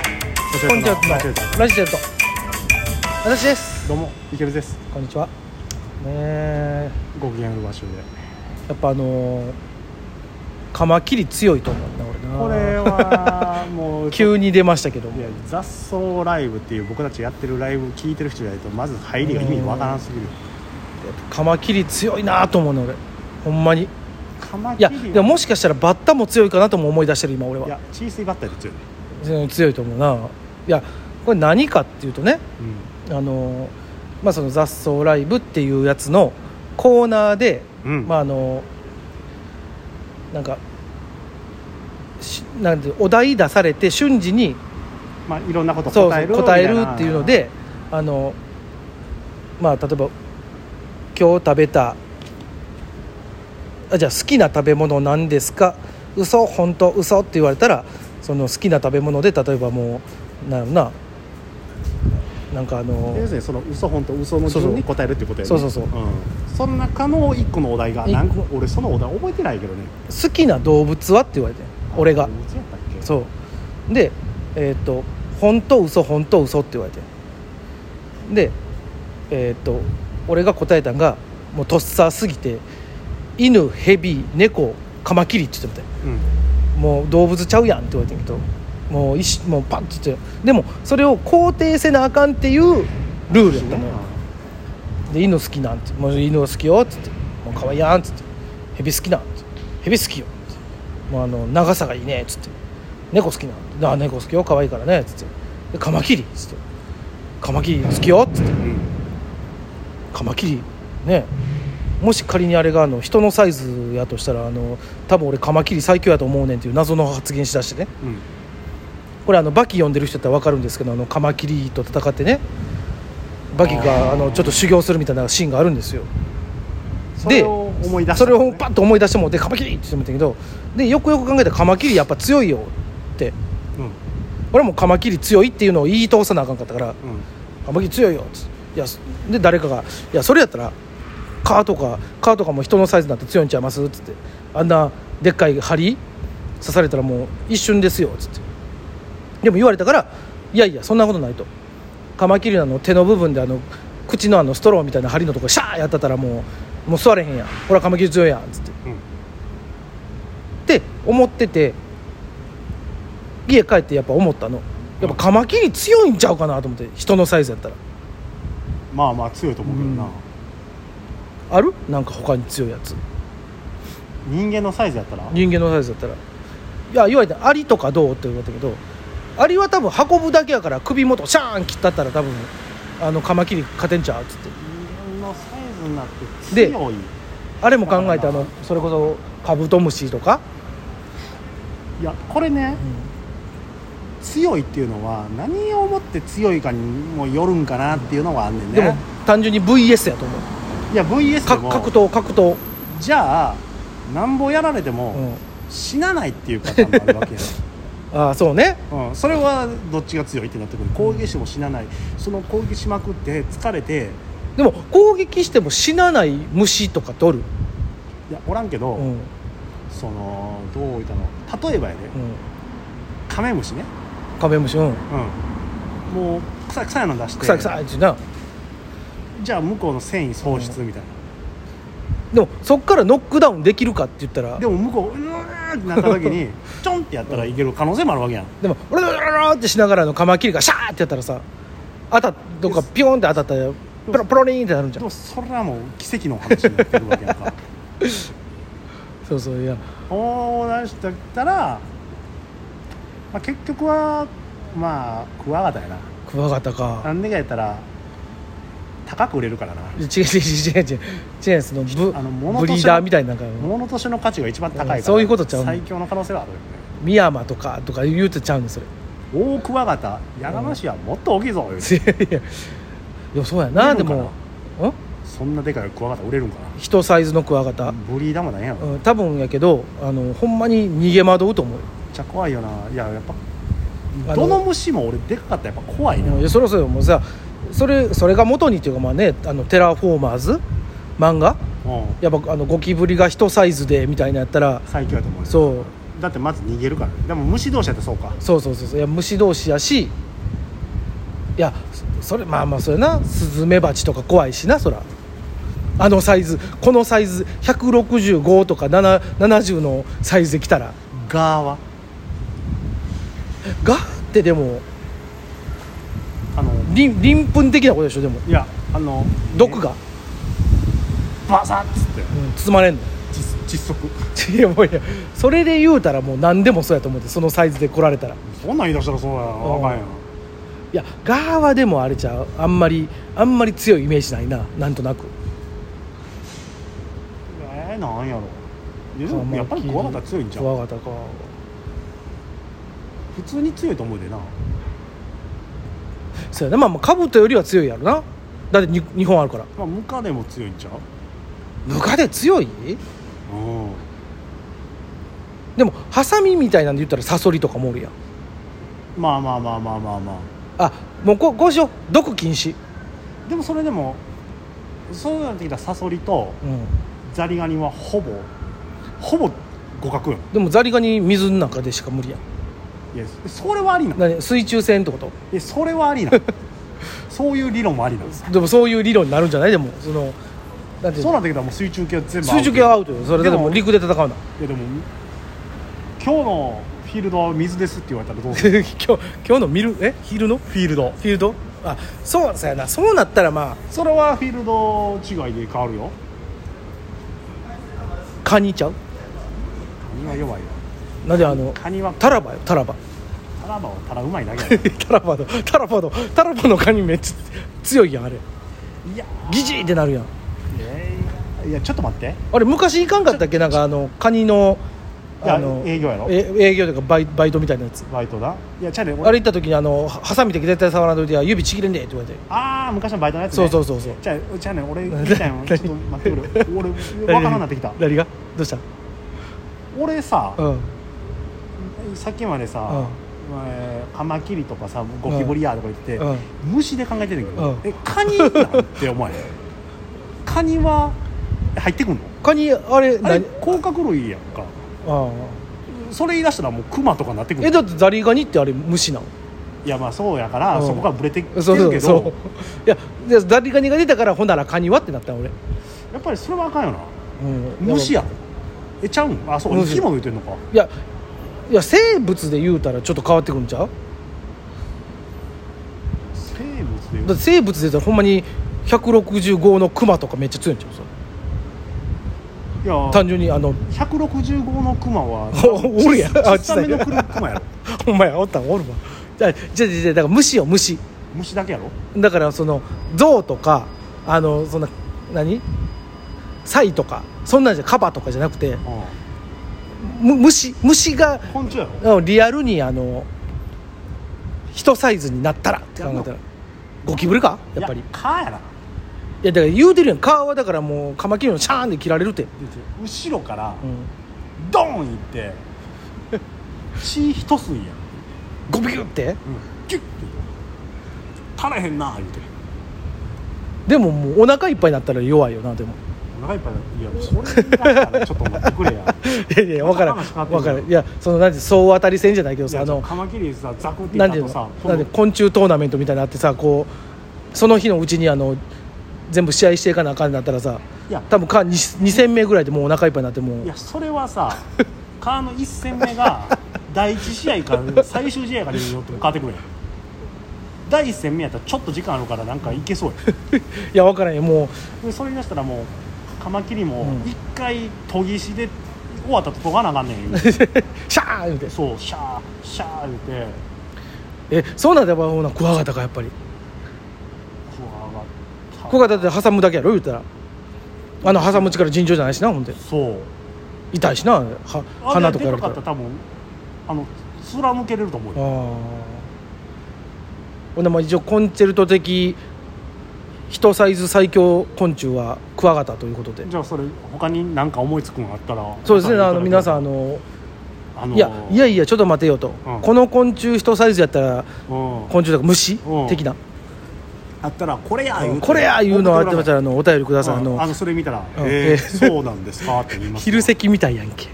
チコンチェルトコンチェルトのラジチェルト私ですどうも池部ですこんにちはねえご機嫌うばしゅうでやっぱあのーカマキリ強いと思うな俺なこれはもう急に出ましたけ どいもや雑草ライブっていう僕たちやってるライブ聞いてる人じゃないとまず入りが意味わからんすぎるカマキリ強いなと思うね俺ほんまにいカマキリやはでももしかしたらバッタも強いかなとも思い出してる今俺いはや小さいバッターで強いねうん強いと思うないやこれ何かっていうとねあのーまあその雑草ライブっていうやつのコーナーでうんうんまああのなんかしなんていうお題出されて瞬時にまあいろんなことそう答える答えみるたなっていうのであの、まあ、例えば今日食べたあじゃあ好きな食べ物なんですか嘘本当嘘って言われたらその好きな食べ物で例えばもうなんやろななんかあの要するにその嘘本当嘘の順に答えるってことやねそうそうそうそうんその中の一個のお題が一個なんか俺そのお題覚えてないけどね好きな動物はって言われて俺があいつやったっけそうでえーっと本当嘘本当嘘って言われてでえーっと俺が答えたんがもうとっさすぎて犬ヘビ猫カマキリって言ってもうんたもう動物ちゃうやんって言われてんけどもう一もうパッて言ってでもそれを肯定せなあかんっていうルールやったのよで犬好きなんて「もう犬好きよ」っつって「もう可愛いやん」っつって「ヘビ好きなん」っつって「ヘビ好きよ」っつって「もうあの長さがいいね」っつって「猫好きなん」ああ猫好きよ可愛いからね」っつってで「カマキリ」っつって「カマキリ好きよ」っつってうん「カマキリねもし仮にあれがあの人のサイズやとしたらあの多分俺カマキリ最強やと思うねんっていう謎の発言しだしてねうんこれあのバキ読んでる人だったら分かるんですけどあのカマキリと戦ってねバキがあのちょっと修行するみたいなシーンがあるんですよそれを思い出したそれをパッと思い出してもでカマキリって言ってもらったけどでよくよく考えたらカマキリやっぱ強いよってうんうん俺もカマキリ強いっていうのを言い通さなあかんかったからカマキリ強いよっつっていやそで誰かが「いやそれやったらカーとかカーとかも人のサイズになって強いんちゃいます?」っつって「あんなでっかい針刺されたらもう一瞬ですよ」っつってでも言われたから「いやいやそんなことない」とカマキリのあの手の部分であの口のあのストローみたいな針のとこシャーやってたらもうもう座れへんやんほらカマキリ強いやんっつってうんって思ってて家帰ってやっぱ思ったのやっぱカマキリ強いんちゃうかなと思って人のサイズやったらまあまあ強いと思うけどな、うんあるなんか他に強いやつ人間のサイズやったら人間のサイズだったらいや言われてアリとかどうって言われたけどアリは多分運ぶだけやから首元シャーン切ったったら多分あのカマキリ勝てんちゃうっつって人間のサイズになってで強いあれも考えてまああまあのそれこそカブトムシとか、いやこれね強いっていうのは何をもって強いかにもよるんかなっていうのはあんねんでもね単純に VS やと思ういや VS でか格も闘格闘、じゃあなんぼやられても、うん、死なないっていうパターンもあるわけや、ああそうね うん、それはどっちが強いってなってくる攻撃しても死なないその攻撃しまくって疲れてでも攻撃しても死なない虫とか取る、いやおらんけど、うんうん、そのどういったの例えばやで、カメムシね、カメムシうんうん、もう臭い臭いの出して臭い臭いってなじゃあ向こうの繊維喪失みたいでもそっからノックダウンできるかって言ったらな、でも向こううわーってなった時 にチョンってやったらいける可能性もあるわけやんでも「オララララ」ってしながらあのカマキリがシャーってやったらさ当たっどっかピョーンって当たったらプロプロリーンってなるんじでゃんもそれはもう奇跡の話になってるわけや んかそうそういやこう出してたら、まあ、結局はまあクワガタやなクワガタかなんでかやったら高く売れるからな違う違う違う違う違う違うそのブあの物ブとしてリーダーみたいななんか物としての価値が一番高いから、うんそういうことちゃうの最強の可能性はあるよねミヤマとかとか言うてちゃうのそれ大クワガタやがましはもっと大きいぞ、言うていやいやいやそうやな見るでんかなもんそんなでかいクワガタ売れるんか人サイズのクワガタな、ブリーダーもなんやろ、うめっん、多分やけどあのほんまに逃げ惑うと思うよちゃ怖いよないややっぱあどの虫も俺でかかったらやっぱ怖いな、もういやそろそろもうさそれそれが元にっていうかまあねあのテラフォーマーズ漫画うんやっぱあのゴキブリが一サイズでみたいなやったら最強やと思うよそうだってまず逃げるからねでも虫同士やったらそうかそうそうそうそういや虫同士やしいやそそれまあまあそれなスズメバチとか怖いしなそらあのサイズこのサイズ165とか7 70のサイズで来たらガーはガーってでもあのりん鱗粉的なことでしょでもいやあの毒が、バサッつってうん、包まれんの窒窒息いやもういやそれで言うたらもう何でもそうやと思ってそのサイズで来られたらいそんなん言い出したらそうやうなんあかんやんやガーはでもあれちゃうあんまりあんまり強いイメージないななんとなくえー、なんやろいやでもやっぱり怖かったら強いんじゃん怖かったか普通に強いと思うでなそうやなまあまあかぶとよりは強いやろなだってに2本あるからまあムカデも強いんちゃうムカデ強いうんでもハサミみたいなんで言ったらサソリとかもおるやんまあまあまあまあまあまあもうここうしよう毒禁止あでもそれでもそうなってきたらサソリとうんザリガニはほぼほぼ互角やんでもザリガニ水の中でしか無理やんいやそれはありなんい何水中戦ってことやそれはあり なんそういう理論もありなんですでもそういう理論になるんじゃないでもそのだってそうなってきたらもう水中系は全部水中系はアウトよそれででもも陸で戦うな いやでも今日のフィールドは水ですって言われたらどうする今日今日の見るえ昼のフフィールドィールドあそうそうやなそうなったらまあそれはフィールド違いで変わるよカニちゃうカニは弱いよなんであのカニはタラバよタラバタラバはただうまいだけや タラバのタラバのタラバのカニめっちゃ強いやんあれいやギジーってなるやんえーいやちょっと待ってあれ昔いかんかったっけなんかあのカニのいやあの営業やろえ営業というかバイバイトみたいなやつバイトないやちゃうであれ行った時にあのハハサミで絶対触らないといてや指ちぎれんでって言われてああ昔のバイトのやつ、ね、そうそうそうそうじゃあじゃあね俺 聞きたいのちょっと待ってくれ俺分からんなってきた何がどうした俺さ、うんうんさっきまでさ、うんえーカマキリとかさゴキブリやとか言って、うん虫で考えてるけど、うんえカニなんて思わへんカニは入ってくんのカニあれあれ何甲殻類やんかああそれ言い出したらもうクマとかなってくえるだってザリガニってあれ虫なのいやまあそうやから、うんそこがブレてきてるけどそうそうそういやでザリガニが出たからほんならカニはってなったん俺、やっぱりそれはあかんよなうん、虫ややえちゃうんあそう生虫き物言ってんのかいやいや生物で言うたらちょっと変わってくるんちゃう生物で言うだって生物で言ったらほんまに165のクマとかめっちゃ強いんちゃうそれいや単純にあの 165のクマはおるやん小あさめのク小さいマやろお前おったんおるわじゃあじゃあじゃあじゃあだから虫よ虫虫だけやろだからその象とかあのそんな何サイとかそんなんじゃカバとかじゃなくてうむ虫虫がん昆虫やろあのリアルにあの一サイズになったらって考えたらゴキブリかやっぱりいい蚊やなやだから言うてるやん顔はだからもうカマキリのシャーンで切られるって、後ろからうん、ドーンいって 血一吸いやん、ゴビュってギュッて足らへんな言うてでももうお腹いっぱいになったら弱いよなでも お腹いっぱいいやそれだったらちょっと待ってく れやいやいや分からん頭しか合ってん分じゃかんらんいやそのなんて総当たり戦じゃないけどいさやあのカマキリさザクっていなっんてたいうとさのなんで昆虫トーナメントみたいなのあってさこうその日のうちにあの全部試合していかなあかんなったらさいや多分か 2, 2戦目ぐらいでもうお腹いっぱいになってもいうやそれはさ蚊の1戦目が第1試合か最終試合かでよっても変わってくるやん第1戦目やったらちょっと時間あるからなんかいけそうや いや分からんよもでそれに出したらもうカマキリもうん1回研ぎ石で終わったと研がなあかんね ん言ううてシャーン言うてそうシャーシャー言うてえそうなんだやっぱほなクワガタかやっぱりクワガタクワガタって挟むだけやろ言うたらあの挟む力尋常じゃないしなほんでそう痛いしなはあれ鼻とでかかやるかとったら多分あの貫けれると思うああよほんでまあ一応コンチェルト的一サイズ最強昆虫はクワガタということでじゃあそれ他に何か思いつくんあったらそうですねあの皆さんんあのあのいやいやいやちょっと待てよと、うんこの昆虫一サイズやったらうん昆虫とか虫、うん的な、あったらこれやこれやいうのあってましたららあのお便りください、あのそれ見たらうんえ えーそうなんですかって言います昼席みたいやんけ